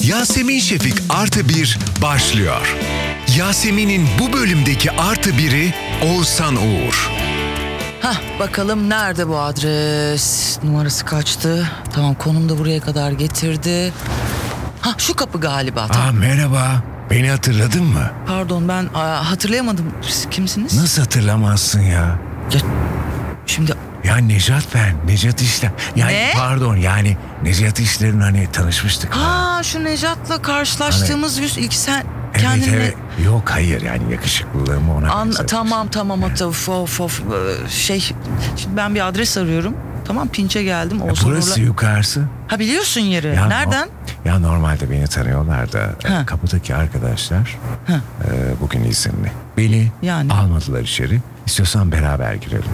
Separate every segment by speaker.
Speaker 1: Yasemin Şefik Artı Bir başlıyor. Yasemin'in bu bölümdeki artı biri Oğuzhan Uğur.
Speaker 2: Hah bakalım nerede bu adres? Numarası kaçtı? Tamam konum da buraya kadar getirdi. Ha şu kapı galiba. Tamam,
Speaker 1: Aa merhaba. Beni hatırladın mı?
Speaker 2: Pardon ben aa, hatırlayamadım. Siz kimsiniz?
Speaker 1: Nasıl hatırlamazsın ya?
Speaker 2: Şimdi
Speaker 1: Ya Necat ben. Necat İşler. Yani
Speaker 2: Ne?
Speaker 1: pardon yani Necat İşler'in hani tanışmıştık.
Speaker 2: ha şu Necat'la karşılaştığımız yüz ilk sen
Speaker 1: Hani- Evet
Speaker 2: kendinle
Speaker 1: evet. Yok hayır yani yakışıklılığımı ona
Speaker 2: An,
Speaker 1: benzetmiştim.
Speaker 2: tamam tamam hatta of of of ee, şey şimdi ben bir adres arıyorum. Tamam pinçe geldim.
Speaker 1: Ya
Speaker 2: Oğuzhan
Speaker 1: E, Burası
Speaker 2: Uğur'la-
Speaker 1: yukarısı.
Speaker 2: Ha biliyorsun yeri.
Speaker 1: Ya no-
Speaker 2: Nereden?
Speaker 1: ya normalde beni tanıyorlar da e,
Speaker 2: Ha.
Speaker 1: kapıdaki arkadaşlar
Speaker 2: Ha.
Speaker 1: e, bugün izinli. Beni
Speaker 2: Yani.
Speaker 1: almadılar içeri. İstiyorsan beraber girelim.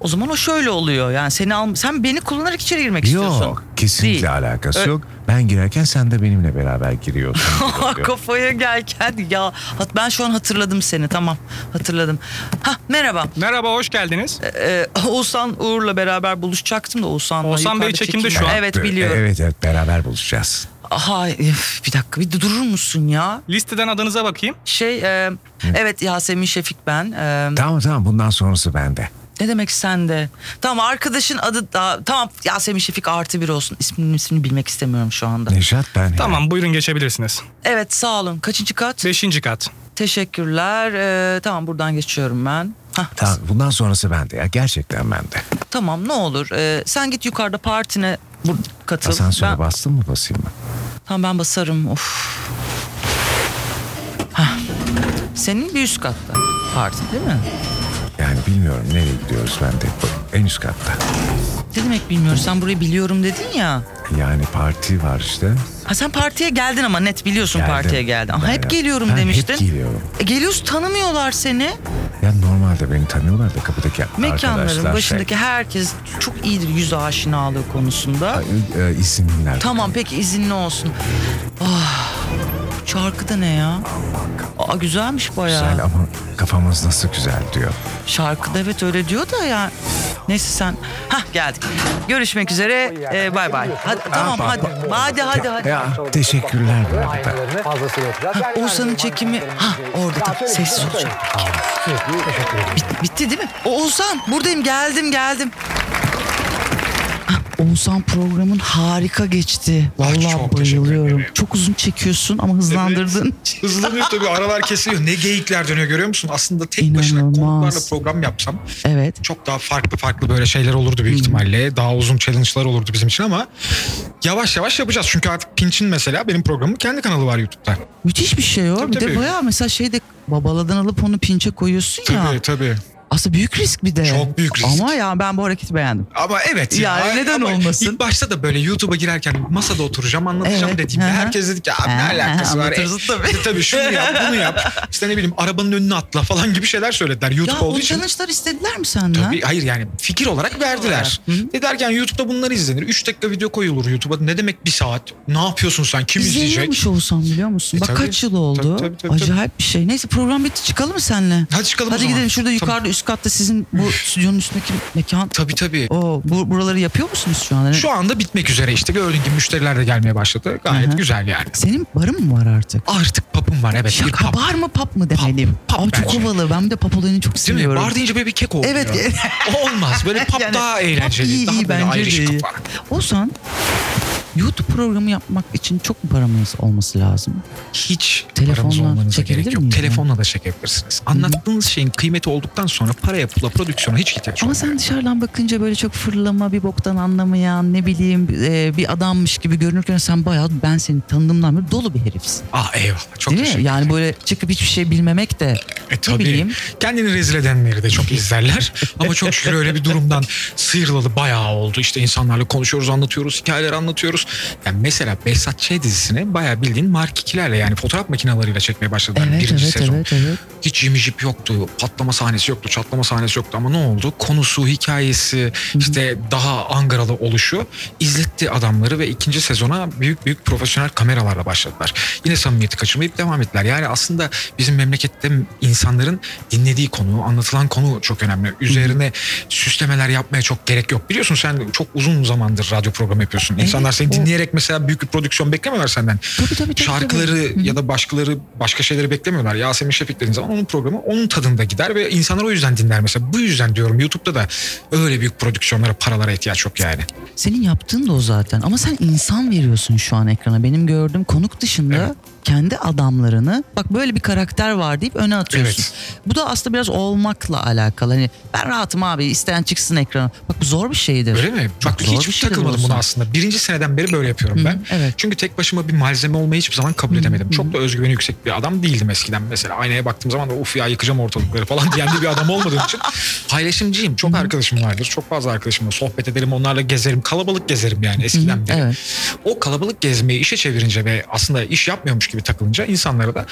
Speaker 2: O zaman o şöyle oluyor. Yani seni al sen beni kullanarak içeri girmek istiyorsun.
Speaker 1: Yok kesinlikle
Speaker 2: Değil.
Speaker 1: alakası
Speaker 2: Ö-
Speaker 1: yok. Ben girerken sen de benimle beraber giriyorsun. gibi oluyor.
Speaker 2: Kafaya gelken ya hat- ben şu an hatırladım seni tamam hatırladım. Ha merhaba.
Speaker 3: Merhaba, hoş geldiniz.
Speaker 2: Ee, Oğuzhan Uğur'la beraber buluşacaktım da Oğuzhan'la
Speaker 3: Oğuzhan Bey
Speaker 2: yukarıda
Speaker 3: çekimde
Speaker 2: çekim
Speaker 3: şu
Speaker 2: var.
Speaker 3: an.
Speaker 2: Evet biliyorum.
Speaker 1: Evet evet beraber buluşacağız.
Speaker 2: Aha üf, bir dakika bir durur musun ya?
Speaker 3: Listeden adınıza bakayım.
Speaker 2: Şey e, evet Yasemin Şefik ben. E,
Speaker 1: Tamam tamam bundan sonrası bende.
Speaker 2: Ne demek sen de? Tamam arkadaşın adı da tamam Yasemin Şefik artı bir olsun. İsmini, ismini bilmek istemiyorum şu anda.
Speaker 1: Nejat ben.
Speaker 3: Tamam, buyurun geçebilirsiniz.
Speaker 2: Evet sağ olun. Kaçıncı kat?
Speaker 3: Beşinci kat.
Speaker 2: Teşekkürler. Ee, tamam buradan geçiyorum ben. Hah,
Speaker 1: Tamam bundan sonrası bende ya gerçekten bende.
Speaker 2: Tamam ne olur. Ee, sen git yukarıda partine bu- katıl.
Speaker 1: Asansöre
Speaker 2: ben,
Speaker 1: bastın mı basayım mı?
Speaker 2: tamam ben basarım. Of. Hah. Senin bir üst katta parti değil mi?
Speaker 1: Yani bilmiyorum nereye gidiyoruz ben de en üst katta.
Speaker 2: Ne demek bilmiyorum. Sen burayı biliyorum dedin ya.
Speaker 1: Yani parti var işte.
Speaker 2: Ha sen partiye geldin ama net biliyorsun
Speaker 1: Geldim.
Speaker 2: partiye geldin. Ama
Speaker 1: Ben
Speaker 2: hep
Speaker 1: ya-
Speaker 2: geliyorum
Speaker 1: ben hep
Speaker 2: demiştin.
Speaker 1: geliyorum.
Speaker 2: E, geliyorsun tanımıyorlar seni.
Speaker 1: Ya normalde beni tanıyorlar da kapıdaki
Speaker 2: Mekanların
Speaker 1: arkadaşlar şey-
Speaker 2: başındaki herkes çok iyidir yüz aşinalığı konusunda.
Speaker 1: şey, e, isimler.
Speaker 2: Tamam peki izinli olsun. Ah, bu şarkı da ne ya? Aa, güzelmiş bayağı.
Speaker 1: Güzel ama kafamız nasıl güzel diyor.
Speaker 2: Şarkıda evet öyle diyor da ya. Neyse sen. Hah geldik. Görüşmek üzere. Ee, bay bay. Hadi, tamam
Speaker 1: bak,
Speaker 2: hadi. Hadi hadi hadi.
Speaker 1: Ya teşekkürler bu arada.
Speaker 4: Aynalarını fazlasıyla yapacağız. Yani
Speaker 2: Oğuzhan'ın
Speaker 4: yani
Speaker 2: çekimi. Ha orada tamam sessiz olacak.
Speaker 4: Sürekli teşekkür ederim.
Speaker 2: Bit- bitti değil mi? Oğuzhan buradayım geldim geldim. Hah, Oğuzhan programın harika geçti. Vallahi bayılıyorum. Çok uzun çekiyorsun ama hızlandırdın.
Speaker 5: Hızlanıyor tabii aralar kesiliyor. Ne geyikler dönüyor görüyor musun? Aslında tek başına
Speaker 2: İnanılmaz.
Speaker 5: konuklarla program yapsam
Speaker 2: evet.
Speaker 5: çok daha farklı farklı böyle şeyler olurdu
Speaker 2: Hmm.
Speaker 5: büyük ihtimalle. Daha uzun challenge'lar olurdu bizim için ama yavaş yavaş yapacağız. Çünkü artık Pinç'in mesela benim programın kendi kanalı var YouTube'da.
Speaker 2: Müthiş bir şey o.
Speaker 5: Tabii,
Speaker 2: bir de
Speaker 5: tabii.
Speaker 2: bayağı mesela şeyde babaladan alıp onu pinçe koyuyorsun
Speaker 5: Tabii
Speaker 2: ya.
Speaker 5: tabii.
Speaker 2: Aslında büyük risk bir de.
Speaker 5: Çok büyük risk.
Speaker 2: Ama ya ben bu hareketi beğendim.
Speaker 5: Ama evet
Speaker 2: Yani neden
Speaker 5: ama
Speaker 2: olmasın?
Speaker 5: İlk başta da böyle YouTube'a girerken masada oturacağım anlatacağım
Speaker 2: Evet,
Speaker 5: dediğimde
Speaker 2: hı hı.
Speaker 5: herkes dedi ki "Abi
Speaker 2: Hı
Speaker 5: ne
Speaker 2: hı,
Speaker 5: alakası var?
Speaker 2: anlatırız tabii."
Speaker 5: işte tabii şunu yap bunu yap. İşte ne bileyim arabanın önüne atla falan gibi şeyler söylediler YouTube
Speaker 2: Ya
Speaker 5: olduğu
Speaker 2: o
Speaker 5: için.
Speaker 2: challenge'lar istediler mi senden?
Speaker 5: Tabii hayır yani fikir olarak verdiler. Ne derken YouTube'da bunlar izlenir. 3 dakika video koyulur YouTube'a. Ne demek bir saat? Ne yapıyorsun sen? Kim izleyecek?
Speaker 2: İzleniyormuş olsam biliyor musun?
Speaker 5: E,
Speaker 2: Bak
Speaker 5: tabii.
Speaker 2: kaç yıl oldu.
Speaker 5: Tabii, tabii, tabii, tabii.
Speaker 2: Acayip bir şey. Neyse program bitti çıkalım mı senle?
Speaker 5: Hadi çıkalım o
Speaker 2: Hadi
Speaker 5: zaman.
Speaker 2: gidelim şurada
Speaker 5: Tamam.
Speaker 2: yukarıda üst katta sizin bu stüdyonun üstündeki mekan.
Speaker 5: Tabii tabii.
Speaker 2: O bu, buraları yapıyor musunuz şu anda?
Speaker 5: Şu anda bitmek üzere işte. Gördüğün gibi müşteriler de gelmeye başladı. Gayet
Speaker 2: Hı hı.
Speaker 5: güzel yani.
Speaker 2: Senin barın mı var artık?
Speaker 5: Artık papım var evet. bir
Speaker 2: Şaka
Speaker 5: pap.
Speaker 2: bar mı pub mı demeliyim?
Speaker 5: pub
Speaker 2: Abi çok
Speaker 5: bence.
Speaker 2: havalı. Ben de pub olayını çok
Speaker 5: Değil mi?
Speaker 2: seviyorum.
Speaker 5: Bar deyince böyle bir kek oluyor.
Speaker 2: Evet.
Speaker 5: O olmaz. Böyle pap
Speaker 2: Yani
Speaker 5: daha
Speaker 2: pub
Speaker 5: eğlenceli.
Speaker 2: iyi,
Speaker 5: daha
Speaker 2: iyi,
Speaker 5: böyle
Speaker 2: bence
Speaker 5: ayrı
Speaker 2: de
Speaker 5: bir
Speaker 2: iyi.
Speaker 5: kafa.
Speaker 2: Ozan YouTube programı yapmak için çok mu paramız olması lazım?
Speaker 5: Hiç
Speaker 2: Telefonla
Speaker 5: paranız olmanıza
Speaker 2: çekebilir
Speaker 5: gerek yok.
Speaker 2: miyim ben?
Speaker 5: Telefonla da çekebilirsiniz. Anlattığınız şeyin kıymeti olduktan sonra paraya, pula, prodüksiyona hiç ihtiyaç
Speaker 2: Ama
Speaker 5: olmuyor.
Speaker 2: sen dışarıdan bakınca böyle çok fırlama bir boktan anlamayan ne bileyim e, bir adammış gibi görünürken sen bayağı ben seni tanıdığımdan beri dolu bir herifsin.
Speaker 5: Ah eyvallah. Çok
Speaker 2: Değil mi?
Speaker 5: teşekkür
Speaker 2: Yani böyle çıkıp hiçbir şey bilmemek de
Speaker 5: E tabii.
Speaker 2: bileyim.
Speaker 5: Kendini rezil edenleri de çok izlerler. Ama çok şükür öyle bir durumdan sıyrılalı bayağı oldu. İşte insanlarla konuşuyoruz, anlatıyoruz, hikayeler anlatıyoruz. Yani mesela Behzat Ç dizisini bayağı bildiğin markikilerle yani fotoğraf makinalarıyla çekmeye başladılar
Speaker 2: evet
Speaker 5: birinci
Speaker 2: evet,
Speaker 5: sezon.
Speaker 2: evet evet
Speaker 5: Hiç yimi jip yoktu, patlama sahnesi yoktu, çatlama sahnesi yoktu ama ne oldu? Konusu, hikayesi, işte daha Angaralı oluşu izletti adamları ve ikinci sezona büyük büyük profesyonel kameralarla başladılar. Yine samimiyeti kaçırmayıp devam ettiler. Yani aslında bizim memlekette insanların dinlediği konu, anlatılan konu çok önemli. Üzerine süslemeler yapmaya çok gerek yok. Biliyorsun sen çok uzun zamandır radyo programı yapıyorsun. İnsanlar seni Seni dinleyerek mesela büyük bir prodüksiyon beklemiyorlar senden.
Speaker 2: Tabii, tabii, tabii,
Speaker 5: Şarkıları ya da başkaları başka şeyleri beklemiyorlar. Yasemin Şefik dediğin zaman onun programı onun tadında gider ve insanlar o yüzden dinler mesela. Bu yüzden diyorum YouTube'da da öyle büyük prodüksiyonlara paralara ihtiyaç yok yani.
Speaker 2: Senin yaptığın da o zaten. Ama sen insan veriyorsun şu an ekrana. Benim gördüğüm konuk dışında
Speaker 5: Evet.
Speaker 2: kendi adamlarını bak böyle bir karakter var deyip öne atıyorsun. Bu da aslında biraz olmakla alakalı. Hani ben rahatım abi isteyen çıksın ekrana. Bak bu zor bir şeydir.
Speaker 5: Öyle mi?
Speaker 2: Çok
Speaker 5: Bak
Speaker 2: zor
Speaker 5: hiç
Speaker 2: bir şeydir
Speaker 5: takılmadım
Speaker 2: olsa.
Speaker 5: buna aslında. Birinci seneden beri böyle yapıyorum ben.
Speaker 2: evet.
Speaker 5: Çünkü tek başıma bir malzeme olmayı hiçbir zaman kabul edemedim. Çok da özgüveni yüksek bir adam değildim eskiden. Mesela aynaya baktığım zaman da uf ya yıkacağım ortalıkları falan diyen de bir adam olmadığım için paylaşımcıyım. Çok arkadaşım vardır. Çok fazla arkadaşım var. Sohbet ederim onlarla gezerim. Kalabalık gezerim yani eskiden beri.
Speaker 2: evet.
Speaker 5: O kalabalık gezmeyi işe çevirince ve aslında iş yapmıyormuş gibi takılınca insanlara da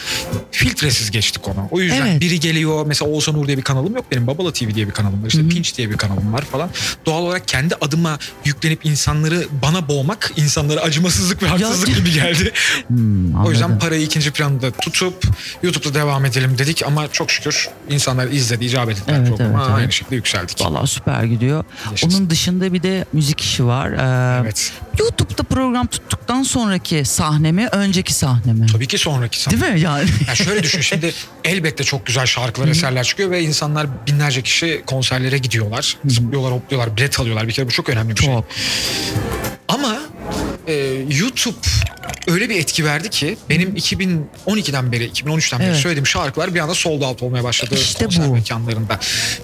Speaker 5: filtresiz geçtik ona. O yüzden
Speaker 2: Evet.
Speaker 5: biri geliyor mesela Oğuzhan Uğur diye bir kanalım yok benim. Babala TV diye bir kanalım var. İşte Pinch diye bir kanalım var falan. Doğal olarak kendi adıma yüklenip insanları bana boğmak insanlara acımasızlık ve haksızlık gibi geldi.
Speaker 2: Hmm,
Speaker 5: o yüzden
Speaker 2: anladım.
Speaker 5: parayı ikinci planda tutup YouTube'da devam edelim dedik ama çok şükür insanlar izledi, icabet ettiler
Speaker 2: Evet,
Speaker 5: programa.
Speaker 2: evet, evet.
Speaker 5: Aynı şekilde yükseldik.
Speaker 2: Vallahi süper gidiyor.
Speaker 5: Yaşasın.
Speaker 2: Onun dışında bir de müzik işi var. Ee,
Speaker 5: Evet.
Speaker 2: YouTube'da program tuttuktan sonraki sahnemi, önceki sahnemi.
Speaker 5: Tabii ki sonraki sana.
Speaker 2: Değil mi yani?
Speaker 5: Ya şöyle düşün şimdi elbette çok güzel şarkılar eserler çıkıyor ve insanlar binlerce kişi konserlere gidiyorlar. Zıplıyorlar hopluyorlar bilet alıyorlar bir kere bu çok önemli bir şey.
Speaker 2: Çok.
Speaker 5: Ama e, YouTube öyle bir etki verdi ki benim 2012'den beri 2013'ten beri
Speaker 2: Evet.
Speaker 5: söylediğim şarkılar bir anda sold out olmaya başladı
Speaker 2: İşte
Speaker 5: konser
Speaker 2: bu.
Speaker 5: mekanlarında.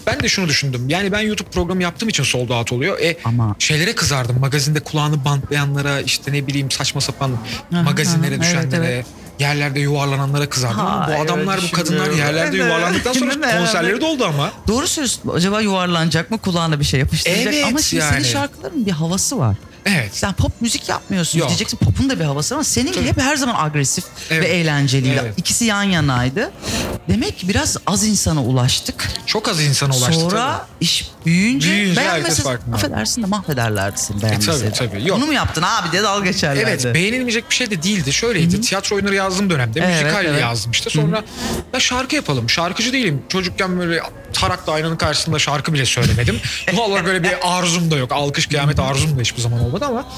Speaker 5: Ben de şunu düşündüm yani ben YouTube programı yaptığım için sold out oluyor. E,
Speaker 2: Ama-
Speaker 5: Şeylere kızardım magazinde kulağını bantlayanlara işte ne bileyim saçma sapan
Speaker 2: Aha,
Speaker 5: magazinlere
Speaker 2: aha,
Speaker 5: düşenlere.
Speaker 2: evet, evet.
Speaker 5: Yerlerde yuvarlananlara kızardım ama bu
Speaker 2: Hayır,
Speaker 5: adamlar bu kadınlar
Speaker 2: düşünmüyorum.
Speaker 5: yerlerde
Speaker 2: Evet.
Speaker 5: yuvarlandıktan
Speaker 2: Değil mi?
Speaker 5: sonra
Speaker 2: Evet.
Speaker 5: konserleri doldu ama.
Speaker 2: Doğru söylüyorsun. Acaba yuvarlanacak mı? Kulağına bir şey yapıştıracak.
Speaker 5: Evet,
Speaker 2: ama şimdi
Speaker 5: yani.
Speaker 2: senin şarkıların bir havası var.
Speaker 5: Evet.
Speaker 2: Sen pop müzik yapmıyorsun.
Speaker 5: Yok.
Speaker 2: Diyeceksin popun da bir havası var ama senin hep her zaman agresif
Speaker 5: Evet.
Speaker 2: ve eğlenceliydi.
Speaker 5: Evet.
Speaker 2: İkisi yan yanaydı. Demek ki biraz az insana ulaştık.
Speaker 5: Çok az insana ulaştı
Speaker 2: Sonra
Speaker 5: tabii.
Speaker 2: iş büyüyünce,
Speaker 5: Büyüyünce herkes
Speaker 2: beğenmese
Speaker 5: farkında.
Speaker 2: affedersin de mahvederlerdi seni beğenmese.
Speaker 5: tabii, tabii. Yok.
Speaker 2: Bunu mu yaptın abi diye dalga geçerlerdi.
Speaker 5: Evet beğenilmeyecek bir şey de değildi. Şöyleydi tiyatro oyunları yazdığım dönemde
Speaker 2: Evet,
Speaker 5: müzikal
Speaker 2: evet.
Speaker 5: yazdım işte. Sonra ya şarkı yapalım. Şarkıcı değilim. Çocukken böyle tarakla aynanın karşısında şarkı bile söylemedim. Vallahi böyle bir arzum da yok. Alkış kıyamet arzum da hiçbir zaman olmadı ama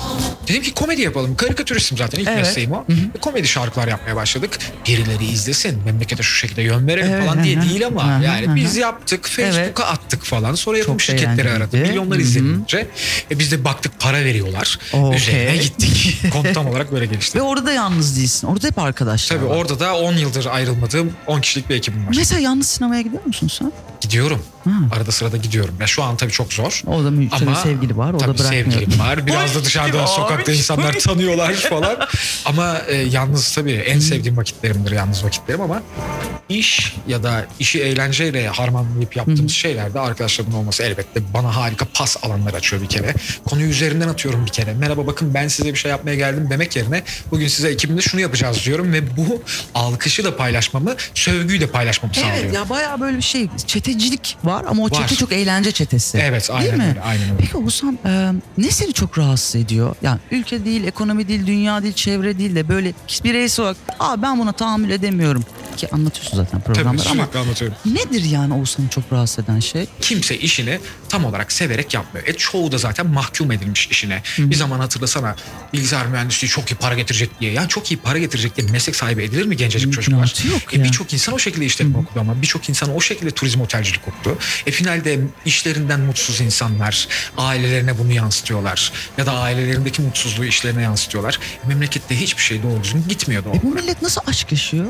Speaker 5: dedim ki komedi yapalım. Karikatüristim zaten ilk
Speaker 2: Evet.
Speaker 5: mesleğim o. Ve Komedi şarkılar yapmaya başladık. Birileri izlesin. Memlekete şu şekilde yön verelim
Speaker 2: Evet,
Speaker 5: falan diye
Speaker 2: hı hı.
Speaker 5: değil ama
Speaker 2: Hı hı,
Speaker 5: yani
Speaker 2: hı hı.
Speaker 5: biz yaptık. Facebook'a
Speaker 2: Evet.
Speaker 5: attık falan. Sonra yapım
Speaker 2: Çok
Speaker 5: şirketleri aradı.
Speaker 2: eğlenceliydi.
Speaker 5: Milyonlar
Speaker 2: Hı hı.
Speaker 5: izlenince. E biz de baktık para veriyorlar.
Speaker 2: Okey.
Speaker 5: Üzerine gittik. Konu tam olarak böyle gelişti.
Speaker 2: Ve orada da yalnız değilsin. Orada hep arkadaşlar
Speaker 5: Tabii
Speaker 2: var.
Speaker 5: orada da 10 yıldır ayrılmadığım 10 kişilik bir ekibim var.
Speaker 2: Mesela yalnız sinemaya gidiyor musun sen?
Speaker 5: Gidiyorum.
Speaker 2: Ha.
Speaker 5: Arada sırada gidiyorum. Ya şu an tabii çok zor.
Speaker 2: Orada mü-
Speaker 5: Ama
Speaker 2: sevgili var. Orada
Speaker 5: tabii
Speaker 2: bırakmıyor.
Speaker 5: sevgilim var. Biraz da dışarıda sokakta insanlar tanıyorlar falan. ama e, yalnız tabii en sevdiğim vakitlerimdir yalnız vakitlerim ama iş ya da işi eğlenceyle harmanlayıp yaptığımız şeylerde arkadaşlarımın olması elbette bana harika pas alanları açıyor bir kere. Konuyu üzerinden atıyorum bir kere. Merhaba bakın ben size bir şey yapmaya geldim demek yerine bugün size ekibimde şunu yapacağız diyorum ve bu alkışı da paylaşmamı, sövgüyü de paylaşmamı sağlıyor.
Speaker 2: Evet ya bayağı böyle bir şey çetecilik var ama o
Speaker 5: Var.
Speaker 2: çete çok eğlence çetesi.
Speaker 5: Evet, aynen
Speaker 2: Değil mi?
Speaker 5: öyle, aynen öyle.
Speaker 2: Peki Oğuzhan e, ne seni çok rahatsız ediyor? Yani ülke değil, ekonomi değil, dünya değil, çevre değil de böyle bireysel olarak aa ben buna tahammül edemiyorum ki anlatıyorsun zaten
Speaker 5: Tabii
Speaker 2: programda ama
Speaker 5: sürekli anlatıyorum.
Speaker 2: nedir yani Oğuzhan'ı çok rahatsız eden şey?
Speaker 5: kimse işini tam olarak severek yapmıyor. E çoğu da zaten mahkum edilmiş işine. Bir zaman hatırlasana bilgisayar mühendisliği çok iyi para getirecek diye. Ya çok iyi para getirecek diye meslek sahibi edilir mi gencecik çocuklar?
Speaker 2: İmkanatı yok
Speaker 5: e,
Speaker 2: ya.
Speaker 5: birçok insan o şekilde işletme okudu ama birçok insan o şekilde turizm otelcilik okudu. E finalde işlerinden mutsuz insanlar ailelerine bunu yansıtıyorlar. Ya da ailelerindeki mutsuzluğu işlerine yansıtıyorlar. E, memlekette hiçbir şey doğru düzgün gitmiyordu.
Speaker 2: E bu millet nasıl aşk yaşıyor?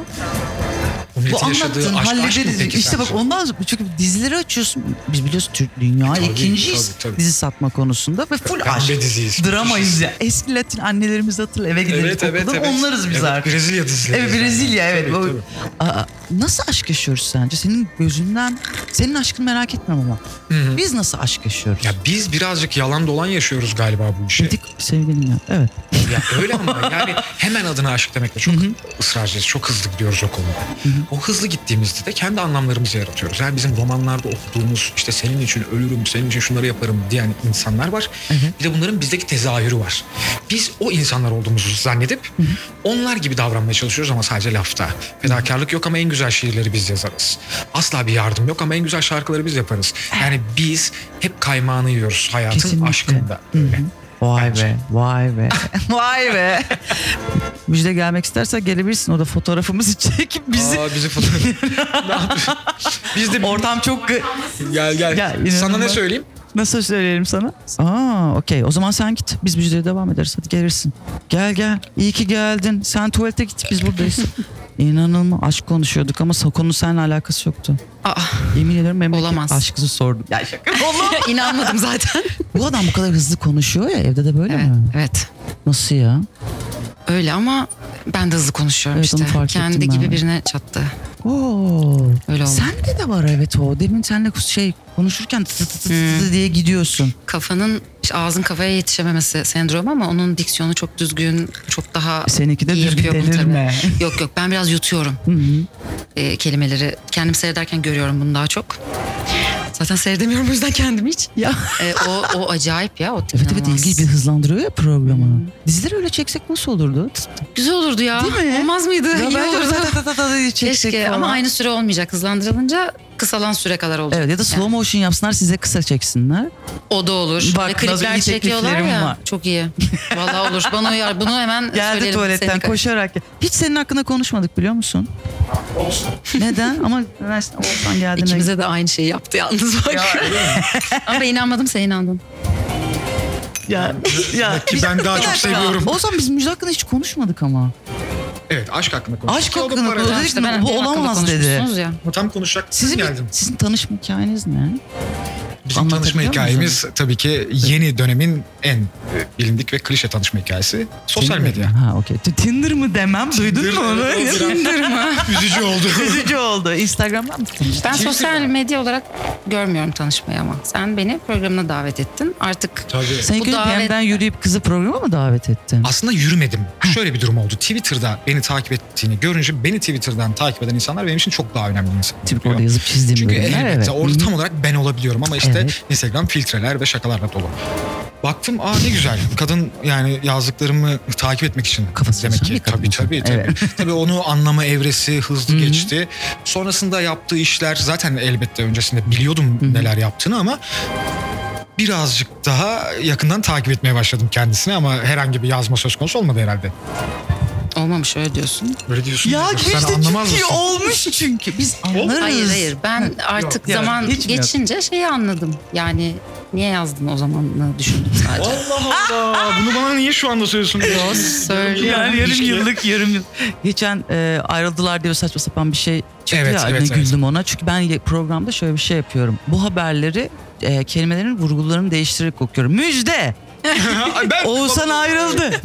Speaker 5: Bu milletin
Speaker 2: Bu anlattığın
Speaker 5: aşk- aşk mı
Speaker 2: hallederiz.
Speaker 5: peki
Speaker 2: işte bak
Speaker 5: sence?
Speaker 2: ondan sonra çünkü dizileri açıyorsun. Biz biliyorsun Türk dünya
Speaker 5: Tabii,
Speaker 2: ikinci
Speaker 5: tabii, tabii.
Speaker 2: dizi satma konusunda ve full
Speaker 5: Pembe
Speaker 2: aşk.
Speaker 5: diziyiz.
Speaker 2: Dramayız ya. Eski Latin annelerimizi hatırla eve gidelim
Speaker 5: Evet, evet,
Speaker 2: okuldan.
Speaker 5: evet.
Speaker 2: Onlarız biz
Speaker 5: Evet,
Speaker 2: artık.
Speaker 5: Brezilya dizileri.
Speaker 2: Evet Brezilya evet.
Speaker 5: Tabii,
Speaker 2: Bu-
Speaker 5: tabii.
Speaker 2: Aa, nasıl aşk yaşıyoruz sence? Senin gözünden, senin aşkını merak etmem ama. Biz nasıl aşk yaşıyoruz?
Speaker 5: Ya biz birazcık yalan dolan yaşıyoruz galiba bu işi.
Speaker 2: Dedik sevgilim ya. Evet.
Speaker 5: ya öyle ama yani hemen adına aşık demekle çok ısrarcıyız. Çok hızlı gidiyoruz o konuda. O hızlı gittiğimizde de kendi anlamlarımızı yaratıyoruz. Yani bizim romanlarda okuduğumuz işte senin için ölürüm, senin için şunları yaparım diyen insanlar var. Bir de bunların bizdeki tezahürü var. Biz o insanlar olduğumuzu zannedip onlar gibi davranmaya çalışıyoruz ama sadece lafta. Fedakarlık yok ama en güzel şiirleri biz yazarız. Asla bir yardım yok ama en güzel şarkıları biz yaparız. Yani biz hep kaymağını yiyoruz hayatın
Speaker 2: Kesinlikle.
Speaker 5: aşkında. Öyle.
Speaker 2: Vay be, vay be. vay be. Müjde gelmek istersen gelebilirsin. O da fotoğrafımızı çekip bizi...
Speaker 5: Aa, bizi fotoğraf... ne yapıyorsun? Biz de
Speaker 2: Ortam çok... gı-
Speaker 5: Gel gel.
Speaker 2: Ya, inanılmaz.
Speaker 5: Sana ne söyleyeyim?
Speaker 2: Nasıl söyleyelim sana? Aa, okey. O zaman sen git. Biz müjdeye devam ederiz. Hadi gelirsin. Gel gel. İyi ki geldin. Sen tuvalete git. Biz buradayız. İnanılmaz. Aşk konuşuyorduk ama sa- konu seninle alakası yoktu.
Speaker 6: Aa,
Speaker 2: Yemin ederim memleket
Speaker 6: Olamaz.
Speaker 2: aşkısı sordum. Ya
Speaker 6: inanmadım zaten.
Speaker 2: bu adam bu kadar hızlı konuşuyor ya evde de böyle
Speaker 6: evet,
Speaker 2: mi?
Speaker 6: evet.
Speaker 2: Nasıl ya?
Speaker 6: Öyle ama ben de hızlı konuşuyorum
Speaker 2: Evet,
Speaker 6: işte.
Speaker 2: onu fark
Speaker 6: Kendi
Speaker 2: ettim ben
Speaker 6: gibi
Speaker 2: de.
Speaker 6: birine çattı.
Speaker 2: Oo.
Speaker 6: Öyle oldu.
Speaker 2: Sende de var evet o. Demin senle şey konuşurken tı tı tı tı tı diye gidiyorsun.
Speaker 6: Kafanın işte ağzın kafaya yetişememesi sendromu ama onun diksiyonu çok düzgün, çok daha
Speaker 2: Seninki de
Speaker 6: iyi
Speaker 2: düzgün
Speaker 6: yapıyor bunu tabii.
Speaker 2: delirme.
Speaker 6: Yok yok ben biraz yutuyorum e, kelimeleri. Kendim seyrederken görüyorum bunu daha çok. Zaten seyredemiyorum o yüzden kendimi hiç.
Speaker 2: Ya.
Speaker 6: E, o, o acayip ya. O
Speaker 2: Evet evet
Speaker 6: inanılmaz.
Speaker 2: ilgili bir hızlandırıyor ya programı. Dizileri öyle çeksek nasıl olurdu?
Speaker 6: Güzel olurdu ya.
Speaker 2: Değil mi?
Speaker 6: Ah, Olmaz mıydı?
Speaker 2: Ya
Speaker 6: İyi
Speaker 2: bence
Speaker 6: olurdu.
Speaker 2: ta ta ta ta diye çeksek
Speaker 6: Keşke ama
Speaker 2: falan.
Speaker 6: aynı süre olmayacak. Hızlandırılınca kısalan süre kadar olacak.
Speaker 2: Evet ya da slow motion yapsınlar size kısa çeksinler.
Speaker 6: O da olur.
Speaker 2: Bak,
Speaker 6: Ve
Speaker 2: nasıl
Speaker 6: klipler
Speaker 2: iyi
Speaker 6: çekiyorlar
Speaker 2: tekliflerim
Speaker 6: ya.
Speaker 2: var.
Speaker 6: Çok iyi. Vallahi olur. Bana uyar. Bunu hemen
Speaker 2: Geldi
Speaker 6: söyleyelim.
Speaker 2: tuvaletten
Speaker 6: Senin karşı-
Speaker 2: koşarak. Hiç senin hakkında konuşmadık biliyor musun? Neden? Ama ben Oğuzhan geldiğine
Speaker 6: İkimize de aynı şeyi yaptı yalnız bak. Ama ben inanmadım sen inandın.
Speaker 2: Ya, ya.
Speaker 5: Ki ben daha çok seviyorum.
Speaker 2: Oğuzhan biz müjde hakkında hiç konuşmadık ama.
Speaker 5: Evet aşk hakkında konuştuk.
Speaker 2: Aşk
Speaker 5: Ki o da
Speaker 2: hakkında
Speaker 5: bu arada-
Speaker 2: konuştuk. Dedik mi, bu
Speaker 6: benim hakkımda
Speaker 2: olamaz dedi.
Speaker 6: konuşmuşsunuz Ya.
Speaker 5: Ama Tam konuşacaktım
Speaker 2: Sizin,
Speaker 5: geldim.
Speaker 2: sizin tanışma hikayeniz ne?
Speaker 5: Bizim
Speaker 2: Anlatabiliyor
Speaker 5: tanışma
Speaker 2: musun?
Speaker 5: hikayemiz tabii ki yeni dönemin en e, bilindik ve klişe tanışma hikayesi. Sosyal
Speaker 2: Tinder mi?
Speaker 5: medya.
Speaker 2: Ha okey. T- Tinder mı demem duydun mu onu?
Speaker 5: evet, o biraz-
Speaker 2: Tinder mı?
Speaker 5: Üzücü oldu.
Speaker 2: Üzücü oldu. Instagram'dan mı tanıştın?
Speaker 6: Ben
Speaker 5: Twitter
Speaker 6: sosyal
Speaker 5: var.
Speaker 6: medya olarak görmüyorum tanışmayı ama. Sen beni programına davet ettin. Artık
Speaker 5: Tabii.
Speaker 2: Sen
Speaker 6: Bu
Speaker 2: gün
Speaker 6: davet-
Speaker 2: DM'den yürüyüp kızı programa mı davet ettin?
Speaker 5: Aslında yürümedim. Şöyle bir durum oldu. Twitter'da beni takip ettiğini görünce beni Twitter'dan takip eden insanlar benim için çok daha önemli insanlar.
Speaker 2: Tipik
Speaker 5: oluyor.
Speaker 2: orada yazıp çizdiğim
Speaker 5: Çünkü
Speaker 2: bölümler.
Speaker 5: elbette
Speaker 2: evet.
Speaker 5: orada tam olarak ben olabiliyorum ama işte
Speaker 2: Evet.
Speaker 5: Instagram filtreler ve şakalarla dolu. Baktım aa ne güzel kadın yani yazdıklarımı takip etmek için
Speaker 2: Kafası
Speaker 5: demek
Speaker 2: çalışan
Speaker 5: ki
Speaker 2: bir kadın.
Speaker 5: tabii tabii tabii. tabii onu anlama evresi hızlı geçti. Sonrasında yaptığı işler zaten elbette öncesinde biliyordum neler yaptığını ama birazcık daha yakından takip etmeye başladım kendisini ama herhangi bir yazma söz konusu olmadı herhalde.
Speaker 6: olmamış öyle diyorsun.
Speaker 5: Böyle diyorsun.
Speaker 2: Ya
Speaker 5: diyorsun.
Speaker 2: Güneş de
Speaker 5: Sen anlamaz
Speaker 2: çok iyi
Speaker 5: mısın?
Speaker 2: olmuş çünkü. Biz anlarız.
Speaker 6: Hayır hayır ben artık
Speaker 2: yani
Speaker 6: zaman
Speaker 2: hiç mi yok?
Speaker 6: geçince şeyi anladım. Yani niye yazdın o zamanı düşündüm sadece.
Speaker 5: Allah Allah. Bunu bana niye şu anda söylüyorsun?
Speaker 6: Söyle.
Speaker 2: Yani yarım
Speaker 5: İlişkiye-
Speaker 2: yıllık yarım yıl. Geçen e, ayrıldılar diye saçma sapan bir şey çıktı
Speaker 5: Evet,
Speaker 2: ya.
Speaker 5: evet,
Speaker 2: ne
Speaker 5: evet.
Speaker 2: güldüm ona. Çünkü ben ye- programda şöyle bir şey yapıyorum. Bu haberleri e, kelimelerin vurgularını değiştirerek okuyorum. Müjde! Oğuzhan ayrıldı.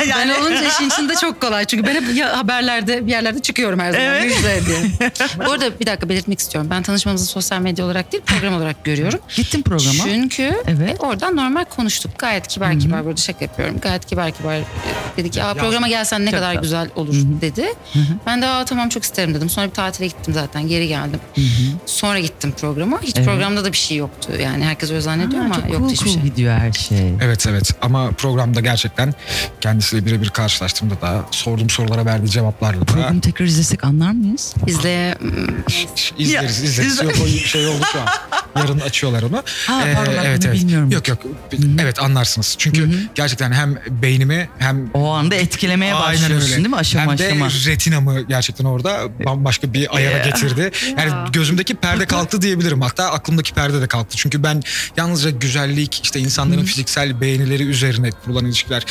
Speaker 6: Ben
Speaker 2: yani
Speaker 6: olunca işin içinde çok kolay. Çünkü ben hep ya haberlerde bir yerlerde çıkıyorum her zaman.
Speaker 2: Evet.
Speaker 6: Müjde diye. Bu arada bir dakika belirtmek istiyorum. Ben tanışmamızı sosyal medya olarak değil program olarak görüyorum.
Speaker 2: gittim programa.
Speaker 6: Çünkü
Speaker 2: Evet.
Speaker 6: e, oradan normal konuştuk. Gayet kibar kibar burada şaka yapıyorum. Gayet kibar kibar e, dedi ki Aa, programa gelsen ne
Speaker 2: Çok
Speaker 6: kadar
Speaker 2: tatlı.
Speaker 6: güzel olur dedi. Ben de Aa, tamam çok isterim dedim. Sonra bir tatile gittim zaten geri geldim. Sonra gittim programa. Hiç
Speaker 2: Evet.
Speaker 6: programda da bir şey yoktu. Yani herkes öyle zannediyor
Speaker 2: Ha,
Speaker 6: ama
Speaker 2: çok
Speaker 6: yoktu
Speaker 2: cool
Speaker 6: hiçbir
Speaker 2: cool
Speaker 6: şey.
Speaker 2: gidiyor her şey.
Speaker 5: Evet evet ama programda gerçekten kendisiyle birebir karşılaştığımda da sorduğum sorulara verdiği cevaplarla da
Speaker 2: Programı tekrar izlesek anlar mıyız?
Speaker 6: İzle
Speaker 5: izleriz
Speaker 2: Ya,
Speaker 5: izleriz.
Speaker 2: izle-
Speaker 5: Yok o şey oldu şu an. Yarın açıyorlar onu. Ee,
Speaker 2: Ha, pardon, ben bunu bilmiyorum.
Speaker 5: Yok yok evet anlarsınız. Çünkü gerçekten hem beynimi hem
Speaker 2: O anda etkilemeye
Speaker 5: Aynen
Speaker 2: başlıyorsun
Speaker 5: öyle.
Speaker 2: değil mi aşama
Speaker 5: hem de
Speaker 2: aşama?
Speaker 5: retinamı gerçekten orada bambaşka bir ayara getirdi. Yani gözümdeki perde kalktı diyebilirim. Hatta aklımdaki perde de kalktı. Çünkü ben yalnızca güzellik, işte insanların fiziksel beğenileri üzerine kurulan ilişkiler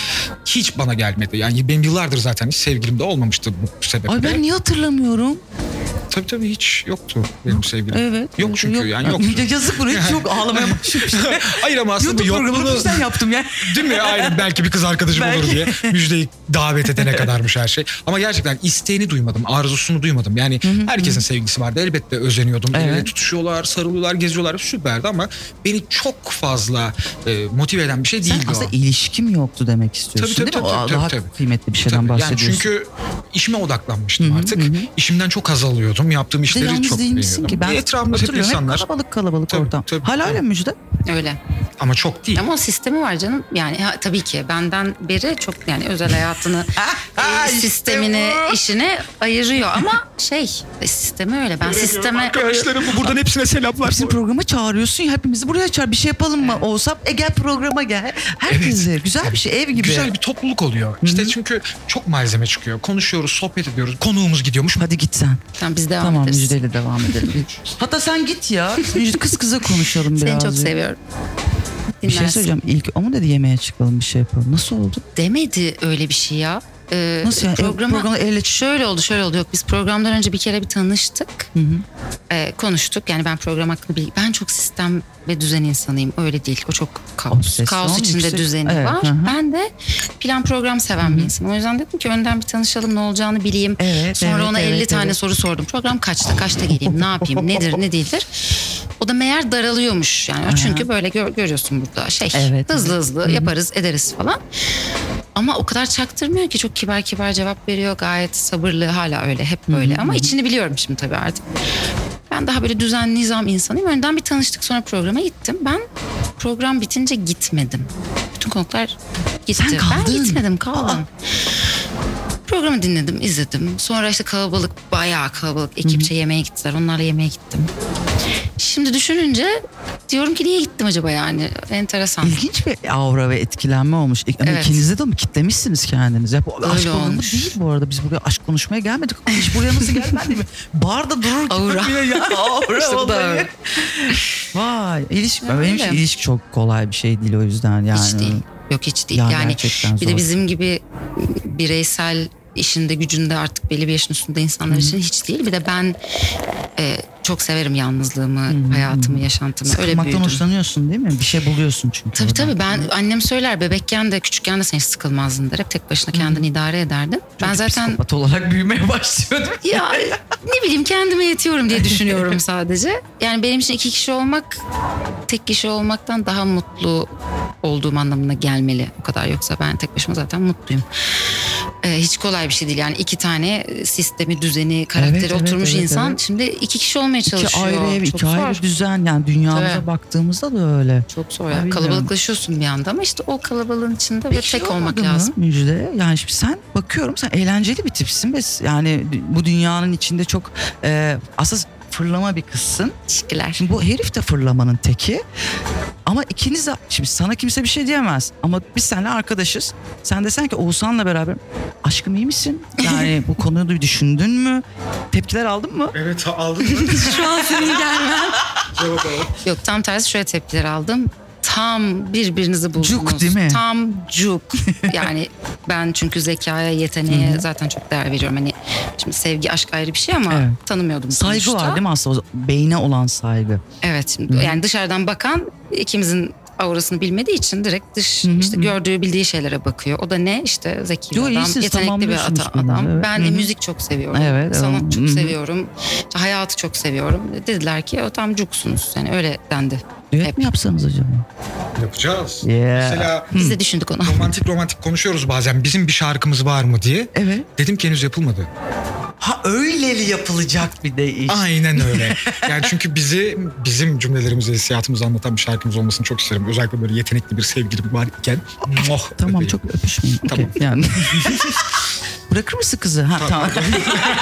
Speaker 5: hiç bana gelmedi. Yani benim yıllardır zaten hiç sevgilim de olmamıştı bu sebeple.
Speaker 2: Ay ben niye hatırlamıyorum?
Speaker 5: Tabii tabii hiç yoktu benim sevgilim.
Speaker 2: Evet.
Speaker 5: Yok çünkü yani yok.
Speaker 2: Yazık buraya çok ağlamaya başlamış.
Speaker 5: Hayır ama aslında
Speaker 2: YouTube
Speaker 5: bu
Speaker 2: programını
Speaker 5: yokluğunu...
Speaker 2: güzel yaptım yani.
Speaker 5: Değil mi? Aynen belki bir kız arkadaşım olur
Speaker 2: Belki.
Speaker 5: diye müjdeyi davet edene kadarmış her şey. Ama gerçekten isteğini duymadım, arzusunu duymadım. Yani herkesin sevgisi vardı. Elbette özeniyordum. El ele
Speaker 2: Evet.
Speaker 5: tutuşuyorlar, sarılıyorlar, geziyorlar. Süperdi ama beni çok fazla e, motive eden bir şey
Speaker 2: Sen
Speaker 5: değildi o.
Speaker 2: aslında ilişkim yoktu demek istiyorsun
Speaker 5: Tabii,
Speaker 2: değil mi?
Speaker 5: tabii,
Speaker 2: O
Speaker 5: tabii,
Speaker 2: daha
Speaker 5: tabii, tabii.
Speaker 2: kıymetli bir şeyden
Speaker 5: Tabii. Yani
Speaker 2: bahsediyorsun.
Speaker 5: çünkü işime odaklanmıştım artık. İşimden çok haz alıyordum. Yaptığım
Speaker 2: Bir de
Speaker 5: işleri
Speaker 2: yalnız
Speaker 5: çok
Speaker 2: değil misin
Speaker 5: beğeniyordum.
Speaker 2: ki? Ben
Speaker 5: Etrafımda hep
Speaker 2: hatırlıyorum hep
Speaker 5: insanlar.
Speaker 2: kalabalık kalabalık
Speaker 5: Tabii,
Speaker 2: ortam.
Speaker 5: tabii,
Speaker 2: Hala
Speaker 5: tabii.
Speaker 2: öyle müjde.
Speaker 6: öyle.
Speaker 5: Ama çok değil.
Speaker 6: Ama o sistemi var canım. Yani ha, tabii ki benden beri çok yani özel hayatını, e, sistemini, işini ayırıyor. Ama şey e, sistemi öyle. Ben sisteme...
Speaker 5: Arkadaşlarım bu buradan hepsine selamlar.
Speaker 2: Hepsini programa çağırıyorsun ya hepimizi buraya çağır. Bir şey yapalım mı olsa? E gel programa gel. Herkese güzel bir şey ev gibi.
Speaker 5: Güzel bir topluluk oluyor. İşte çünkü çok malzeme çıkıyor. Konuşuyoruz, sohbet ediyoruz. Konuğumuz gidiyormuş.
Speaker 2: Hadi git sen.
Speaker 6: Tamam biz devam
Speaker 2: Tamam
Speaker 6: ederiz.
Speaker 2: müjdeyle devam edelim. Hatta sen git ya. Müjde kız kıza konuşalım
Speaker 6: Seni
Speaker 2: biraz.
Speaker 6: çok seviyorum.
Speaker 2: Bir şey
Speaker 6: Dinlersin.
Speaker 2: söyleyeceğim. İlk o mu dedi yemeğe çıkalım bir şey yapalım. Nasıl oldu?
Speaker 6: demedi öyle bir şey ya. Ee,
Speaker 2: Nasıl yani?
Speaker 6: Programa,
Speaker 2: Programı elle ç-
Speaker 6: şöyle oldu şöyle oldu. Yok biz programdan önce bir kere bir tanıştık. Ee, konuştuk. Yani ben program hakkında bilgi... Ben çok sistem ve düzen insanıyım. Öyle değil. O çok kaos.
Speaker 2: Obsesyon
Speaker 6: kaos içinde
Speaker 2: yüksek.
Speaker 6: düzeni
Speaker 2: Evet,
Speaker 6: var.
Speaker 2: hı hı.
Speaker 6: Ben de plan program seven bir insanım. O yüzden dedim ki önden bir tanışalım ne olacağını bileyim.
Speaker 2: Evet,
Speaker 6: Sonra
Speaker 2: evet,
Speaker 6: ona
Speaker 2: evet,
Speaker 6: 50 tane
Speaker 2: evet.
Speaker 6: soru sordum. Program kaçta kaçta geleyim ne yapayım nedir ne değildir. O da meğer daralıyormuş yani. Çünkü böyle gör- görüyorsun burada şey
Speaker 2: Evet,
Speaker 6: hızlı hızlı yaparız ederiz falan. Ama o kadar çaktırmıyor ki çok kibar kibar cevap veriyor. Gayet sabırlı hala öyle hep böyle. Ama içini biliyorum şimdi tabii artık. Ben daha böyle düzen nizam insanıyım. Önden bir tanıştık sonra programa gittim. Ben program bitince gitmedim. Bütün konuklar gitti.
Speaker 2: Sen
Speaker 6: Ben
Speaker 2: kaldın.
Speaker 6: gitmedim kaldım. Programı dinledim, izledim. Sonra işte kalabalık, bayağı kalabalık ekipçe yemeğe gittiler. Onlarla yemeğe gittim. Şimdi düşününce diyorum ki niye gittim acaba yani? Enteresan.
Speaker 2: İlginç bir aura ve etkilenme olmuş. İk- Ama
Speaker 6: Evet.
Speaker 2: ikinizde de mi kitlemişsiniz kendiniz? Ya bu aşk programı
Speaker 6: olmuş.
Speaker 2: değil bu arada. Biz buraya aşk konuşmaya gelmedik. Ama hiç buraya nasıl gelmedi mi? Barda durur gibi
Speaker 6: Aura.
Speaker 2: duruyor ya. Aura
Speaker 6: İşte bu da
Speaker 2: vallahi.
Speaker 6: öyle.
Speaker 2: Vay. İlişki,
Speaker 6: Ya
Speaker 2: benim
Speaker 6: öyle.
Speaker 2: için ilişki çok kolay bir şey değil o yüzden. Yani.
Speaker 6: Hiç değil. Yok hiç değil.
Speaker 2: Ya
Speaker 6: yani
Speaker 2: gerçekten
Speaker 6: bir de
Speaker 2: zor.
Speaker 6: bizim gibi ıı, bireysel işinde gücünde artık belli bir yaşın üstünde insanlar için hiç değil. Bir de ben e, çok severim yalnızlığımı, hayatımı, yaşantımı. Öyle
Speaker 2: Sıkılmaktan
Speaker 6: büyüdüm.
Speaker 2: hoşlanıyorsun değil mi? Bir şey buluyorsun çünkü.
Speaker 6: Tabii
Speaker 2: oradan.
Speaker 6: tabii ben annem söyler bebekken de küçükken de sen hiç sıkılmazdın der. Hep tek başına kendini idare ederdin. ben zaten
Speaker 2: Psikopat olarak büyümeye başlıyordum.
Speaker 6: ya ne bileyim kendime yetiyorum diye düşünüyorum sadece. Yani benim için iki kişi olmak tek kişi olmaktan daha mutlu olduğum anlamına gelmeli. O kadar yoksa ben tek başıma zaten mutluyum. Ee, hiç kolay bir şey değil yani iki tane e, sistemi, düzeni, karakteri
Speaker 2: Evet, evet,
Speaker 6: oturmuş
Speaker 2: evet,
Speaker 6: insan
Speaker 2: evet.
Speaker 6: şimdi iki kişi olmaya
Speaker 2: İki
Speaker 6: çalışıyor.
Speaker 2: ayrı ev,
Speaker 6: Çok
Speaker 2: iki ayrı
Speaker 6: zor.
Speaker 2: düzen. Yani dünyamıza
Speaker 6: Tabii.
Speaker 2: baktığımızda da öyle.
Speaker 6: Çok zor
Speaker 2: Ay,
Speaker 6: ya.
Speaker 2: bilmiyorum.
Speaker 6: Kalabalıklaşıyorsun bir anda ama işte o kalabalığın içinde böyle
Speaker 2: Peki şey
Speaker 6: tek olmak
Speaker 2: olmadı mı
Speaker 6: lazım.
Speaker 2: Müjde, yani şimdi sen bakıyorum sen eğlenceli bir tipsin. ve yani bu dünyanın içinde çok e, asas fırlama bir kızsın.
Speaker 6: Teşekkürler.
Speaker 2: Şimdi bu herif de fırlamanın teki. Ama ikiniz de şimdi sana kimse bir şey diyemez. Ama biz seninle arkadaşız. Sen desen ki Oğuzhan'la beraber aşkım iyi misin? Yani bu konuyu da bir düşündün mü? Tepkiler aldın mı?
Speaker 5: Evet aldım. mı?
Speaker 6: Şu an senin gelmen. Yok tam tersi şöyle tepkiler aldım. Tam birbirinizi buldunuz.
Speaker 2: Cuk değil mi?
Speaker 6: Tam cuk. Yani ben çünkü zekaya, yeteneğe zaten çok değer veriyorum. Hani şimdi sevgi, aşk ayrı bir şey ama
Speaker 2: Evet.
Speaker 6: tanımıyordum.
Speaker 2: Saygı
Speaker 6: sonuçta.
Speaker 2: var değil mi aslında? O Beyne olan saygı.
Speaker 6: Evet. Şimdi Yani dışarıdan bakan ikimizin aurasını bilmediği için direkt dış işte gördüğü bildiği şeylere bakıyor. O da ne işte zeki bir
Speaker 2: Yo,
Speaker 6: adam,
Speaker 2: iyisiniz,
Speaker 6: yetenekli bir
Speaker 2: tamamlıyorsunuz
Speaker 6: ata-
Speaker 2: bunları,
Speaker 6: adam.
Speaker 2: evet.
Speaker 6: Ben
Speaker 2: Hı hı.
Speaker 6: müzik çok seviyorum.
Speaker 2: Evet,
Speaker 6: sanat
Speaker 2: evet.
Speaker 6: çok
Speaker 2: Hı hı.
Speaker 6: seviyorum. işte hayatı çok seviyorum. Dediler ki o tam cuksunuz. Yani öyle dendi.
Speaker 2: Düet
Speaker 6: Hep.
Speaker 2: mi yapsanız acaba?
Speaker 5: Yapacağız.
Speaker 2: Yeah.
Speaker 5: Mesela
Speaker 6: Biz de düşündük onu.
Speaker 5: romantik romantik konuşuyoruz bazen. Bizim bir şarkımız var mı diye.
Speaker 2: Evet.
Speaker 5: Dedim ki henüz yapılmadı.
Speaker 2: Ha öyleli yapılacak bir de iş.
Speaker 5: Aynen öyle. yani çünkü bizi bizim cümlelerimizi, hissiyatımızı anlatan bir şarkımız olmasını çok isterim. Özellikle böyle yetenekli bir sevgilim var iken. Muah
Speaker 2: Tamam
Speaker 5: öpeyim.
Speaker 2: çok öpüşmeyin. Okey, Yani. Bırakır mısın kızı? Ha, tamam.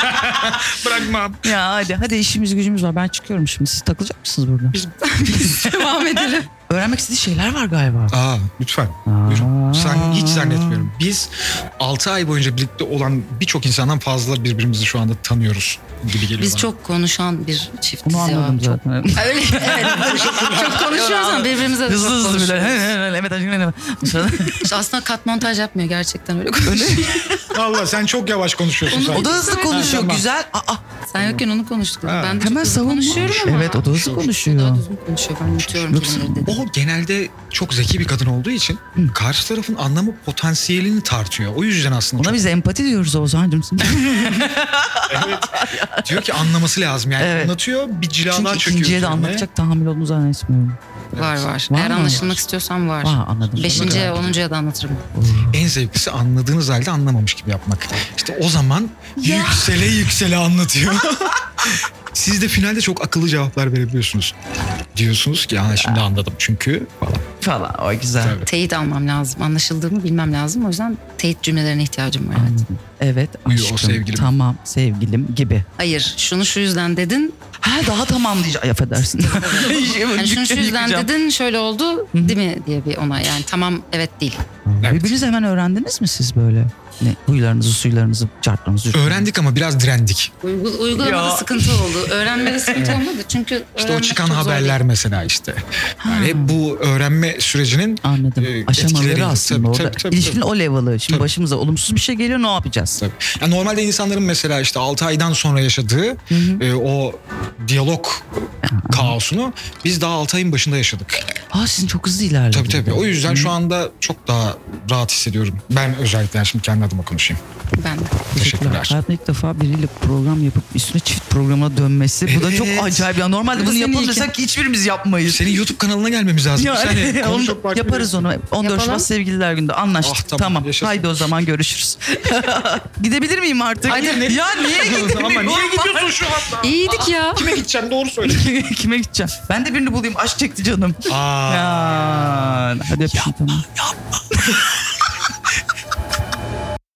Speaker 5: Bırakmam.
Speaker 2: ya hadi hadi işimiz gücümüz var. Ben çıkıyorum şimdi. Siz takılacak mısınız burada?
Speaker 6: Devam edelim.
Speaker 2: Öğrenmek istediği şeyler var galiba.
Speaker 5: Aa lütfen. Buyurun. Sen hiç zannetmiyorum. Biz 6 ay boyunca birlikte olan birçok insandan fazla birbirimizi şu anda tanıyoruz gibi geliyor
Speaker 6: Biz
Speaker 5: bana.
Speaker 6: çok konuşan bir çiftiz
Speaker 2: Bunu
Speaker 6: ya.
Speaker 2: anladım
Speaker 6: Çok-
Speaker 2: zaten.
Speaker 6: Öyle evet. çok konuşuyoruz ama birbirimize de çok
Speaker 2: Hızlı hızlı
Speaker 6: konuşuyoruz.
Speaker 2: bile. He, he, he, Evet aşkım, evet. Sonra-
Speaker 6: İşte Aslında kat montaj yapmıyor gerçekten öyle konuşuyor.
Speaker 5: Valla sen çok yavaş konuşuyorsun.
Speaker 2: o
Speaker 5: sanki.
Speaker 2: da hızlı konuşuyor.
Speaker 5: tamam.
Speaker 2: Güzel. Aa,
Speaker 6: Sen yokken onu konuştuk.
Speaker 5: Ha.
Speaker 6: Ben de
Speaker 2: hemen
Speaker 6: çok hızlı
Speaker 2: savunmuş.
Speaker 6: konuşuyorum ama.
Speaker 2: Evet o da hızlı
Speaker 6: O
Speaker 2: konuşuyor.
Speaker 6: daha düzgün konuşuyor. Ben yutuyorum
Speaker 2: Yoksa-
Speaker 6: kelimeleri dedi.
Speaker 5: O genelde çok zeki bir kadın olduğu için karşı tarafın anlamı potansiyelini tartıyor. O yüzden aslında
Speaker 2: Ona
Speaker 5: çok-
Speaker 2: biz empati diyoruz Oğuzhan'cığım.
Speaker 5: diyor ki anlaması lazım. Yani
Speaker 2: Evet.
Speaker 5: anlatıyor bir ciladan
Speaker 2: Çünkü
Speaker 5: çöküyor.
Speaker 2: ikinciye de
Speaker 5: üzerine.
Speaker 2: anlatacak tahammül olduğunu zannetmiyorum.
Speaker 6: Var var.
Speaker 2: Var
Speaker 6: Eğer
Speaker 2: mı?
Speaker 6: anlaşılmak istiyorsan var.
Speaker 2: Aa, anladım.
Speaker 6: Beşinciye, onuncuya da anlatırım.
Speaker 5: En zevklisi anladığınız halde anlamamış gibi yapmak. İşte o zaman yüksele yüksele anlatıyor. Siz de finalde çok akıllı cevaplar verebiliyorsunuz. Diyorsunuz ki ha şimdi anladım çünkü falan.
Speaker 2: falan. O güzel.
Speaker 5: Tabii.
Speaker 6: Teyit almam lazım. Anlaşıldığımı bilmem lazım. O yüzden teyit cümlelerine ihtiyacım var. Evet.
Speaker 2: Evet
Speaker 5: Buyur, o
Speaker 2: aşkım.
Speaker 5: sevgilim.
Speaker 2: Tamam sevgilim gibi.
Speaker 6: Hayır şunu şu yüzden dedin.
Speaker 2: Ha daha tamam diyeceğim. Ay şey, affedersin.
Speaker 6: Hani şunu şu yüzden
Speaker 2: Yıkacağım.
Speaker 6: dedin şöyle oldu değil mi diye bir ona yani tamam evet değil.
Speaker 5: Evet.
Speaker 2: Birbirinizi hemen öğrendiniz mi siz böyle? Ne, huylarınızı, suylarınızı, çarklarınızı?
Speaker 5: Öğrendik ama biraz direndik.
Speaker 6: Uygul- uygulamada
Speaker 2: Ya.
Speaker 6: sıkıntı oldu. Öğrenmede sıkıntı olmadı çünkü
Speaker 5: İşte o
Speaker 6: öğrenmek
Speaker 5: çıkan
Speaker 6: çok zor değil.
Speaker 5: haberler mesela işte. Yani hep bu öğrenme sürecinin
Speaker 2: Anladım.
Speaker 5: e,
Speaker 2: Aşamaları
Speaker 5: etkileri.
Speaker 2: aslında
Speaker 5: Tabii,
Speaker 2: orada.
Speaker 5: tabii, tabii,
Speaker 2: İlişkinin o level'ı. Şimdi
Speaker 5: Tabii.
Speaker 2: başımıza olumsuz bir şey geliyor ne yapacağız?
Speaker 5: Tabii. Yani normalde insanların mesela işte 6 aydan sonra yaşadığı e, o diyalog kaosunu biz daha 6 ayın başında yaşadık.
Speaker 2: Aa sizin çok hızlı ilerlediniz.
Speaker 5: Tabii tabii. O yüzden şu anda çok daha rahat hissediyorum. Ben özellikle yani şimdi kendi adıma konuşayım.
Speaker 6: Ben de.
Speaker 5: Teşekkürler.
Speaker 2: Hayatımda ilk defa biriyle program yapıp üstüne çift programa dönmesi. Bu da çok
Speaker 5: Evet.
Speaker 2: acayip. ya. normalde bunu
Speaker 6: Senin
Speaker 2: yapalım
Speaker 6: iyi ki.
Speaker 2: desek hiçbirimiz yapmayız.
Speaker 5: Senin YouTube kanalına gelmemiz lazım.
Speaker 2: Ya,
Speaker 5: Bir saniye.
Speaker 2: onu
Speaker 5: Konuşup fark
Speaker 2: yaparız onu. 14
Speaker 6: Yapalım.
Speaker 2: Şubat Sevgililer Günü'nde anlaştık.
Speaker 5: Ah, tamam,
Speaker 2: tamam.
Speaker 5: yaşasın.
Speaker 2: Haydi o zaman görüşürüz. Gidebilir miyim artık? Ya niye gidebilirim?
Speaker 5: Ama niye gidiyorsun şu anda?
Speaker 6: İyiydik ya.
Speaker 5: Kime gideceğim doğru söyle.
Speaker 2: Kime gideceğim? Ben de birini bulayım. Aşk çekti canım.
Speaker 5: Aa.
Speaker 2: Ya. Hadi yapayım tamam.